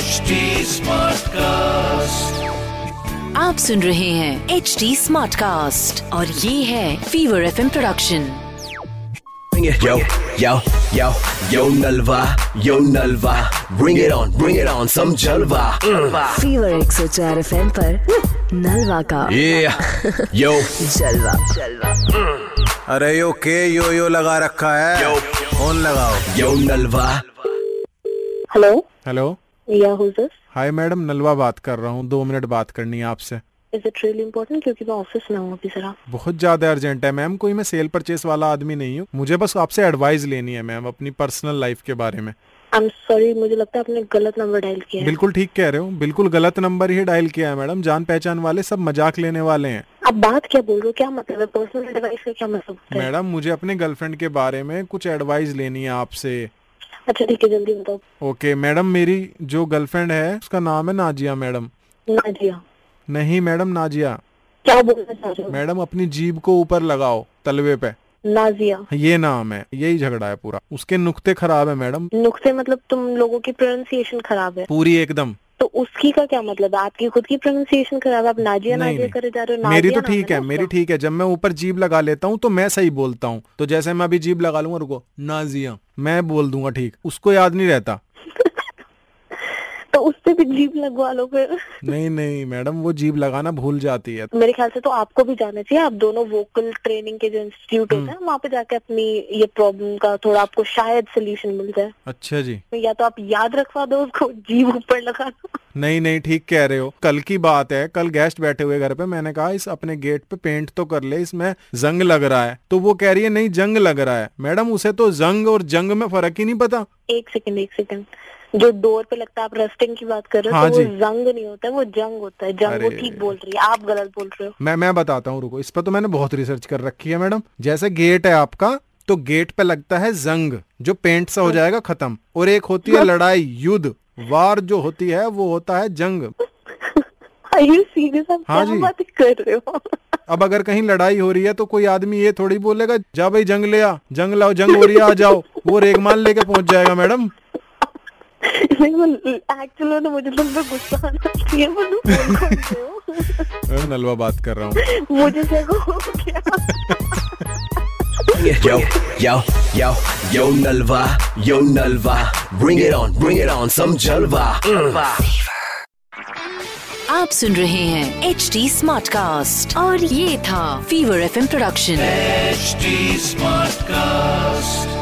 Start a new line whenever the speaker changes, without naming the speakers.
HD Smartcast.
आप सुन रहे हैं एच डी स्मार्ट कास्ट और ये है fever F production
Bring it. Yo, yo, yo, yo Nalva, yo Nalva. Bring it on, bring it on, some Jalva. Mm.
Fever एक सौ चार एफ एम नलवा का
Yeah, yo,
जलवा जलवा
अरे यो के यो यो लगा रखा है
Yo.
फोन लगाओ
yo Nalva.
हेलो
हेलो
या who's this
hi madam Nalva बात कर रहा हूँ दो मिनट बात करनी है आपसे
इज इट रियली इम्पोर्टेंट क्योंकि मैं ऑफिस में हूँ अभी जरा
बहुत ज्यादा अर्जेंट है मैम कोई मैं सेल परचेस वाला आदमी नहीं हूँ मुझे बस आपसे एडवाइस लेनी है मैम अपनी पर्सनल लाइफ के बारे में
आई एम सॉरी मुझे लगता है आपने गलत नंबर डायल किया है
बिल्कुल ठीक कह रहे हो बिल्कुल गलत नंबर ही डायल किया है मैडम जान पहचान वाले सब मजाक लेने वाले हैं
आप बात क्या बोल रहे हो क्या मतलब है पर्सनल एडवाइस का क्या मतलब होता है
मैडम मुझे अपने गर्लफ्रेंड के बारे में कुछ एडवाइस लेनी है आपसे
अच्छा ठीक है जल्दी बताओ
ओके मैडम मेरी जो गर्लफ्रेंड है उसका नाम है नाजिया मैडम
ना जी हाँ
नहीं मैडम नाजिया
क्या बोलना चाह रहे
मैडम अपनी जीभ को ऊपर लगाओ तलवे पे
हो नाजिया
हाँ, ये नाम है यही झगड़ा है पूरा उसके नुक्ते खराब है मैडम
नुक्से मतलब तुम लोगों की प्रोनाउंसिएशन खराब है
पूरी एकदम
तो उसकी का क्या मतलब है आपकी खुद की प्रोनाउंसिएशन खराब है आप नाजिया
नहीं
नाजिया करे जा रहे हो
नहीं मेरी तो
नाम
ठीक है
ना
मेरी
उसका।
ठीक है जब मैं ऊपर जीभ लगा लेता हूँ तो मैं सही बोलता हूँ तो जैसे मैं अभी जीभ लगा लूंगा रुको नाजिया मैं बोल दूंगा ठीक उसको याद नहीं रहता
तो उससे भी जीप लगवा लो फिर
नहीं नहीं मैडम वो जीभ लगाना भूल जाती है
मेरे ख्याल से तो आपको भी जाना चाहिए आप दोनों वोकल ट्रेनिंग के जो इंस्टीट्यूट होते हैं
हम्म।
वहाँ पे जाके अपनी ये प्रॉब्लम का थोड़ा आपको शायद सोल्यूशन मिल जाए
अच्छा जी
या तो आप याद रखवा दो उसको जीव ऊपर लगा दो
नहीं नहीं ठीक कह रहे हो कल की बात है कल गेस्ट बैठे हुए घर पे मैंने कहा इस अपने गेट पे पेंट तो कर ले इसमें जंग लग रहा है तो वो कह रही है नहीं जंग लग रहा है मैडम उसे तो जंग और जंग में फर्क ही नहीं पता
एक सेकंड एक सेकंड जो डोर पे लगता है आप रस्टिंग की बात कर रहे हो
हाँ
तो
जी।
वो जंग नहीं होता है वो जंग होता है जंग वो
अरे।
ठीक बोल रही है आप गलत बोल रहे हो
मैं मैं बताता हूँ रुको इस पर तो मैंने बहुत रिसर्च कर रखी है मैडम जैसे गेट है आपका तो गेट पे लगता है जंग जो पेंट सा हो जाएगा खत्म और एक होती है लड़ाई युद्ध वार जो होती है वो होता है जंग
Are you serious? आप
हाँ
क्या
जी।
बात कर रहे हो
अब अगर कहीं लड़ाई हो रही है तो कोई आदमी ये थोड़ी बोलेगा जा भाई जंग ले आ जंग लाओ जंग हो रही है आ जाओ वो रेगमाल लेके पहुंच जाएगा मैडम
एक्चुअली तो मुझे तुम पे गुस्सा आना चाहिए वो तुम बोल कौन रहे हो
मैं नलवा बात कर रहा हूँ
मुझे देखो क्या
Bring it. Yo, yo, yo, yo Nalva, yo Nalva. Bring it on, bring it on, some Jalva. Mm.
आप सुन रहे हैं एच डी स्मार्ट कास्ट और ये था fever F production
HD Smartcast.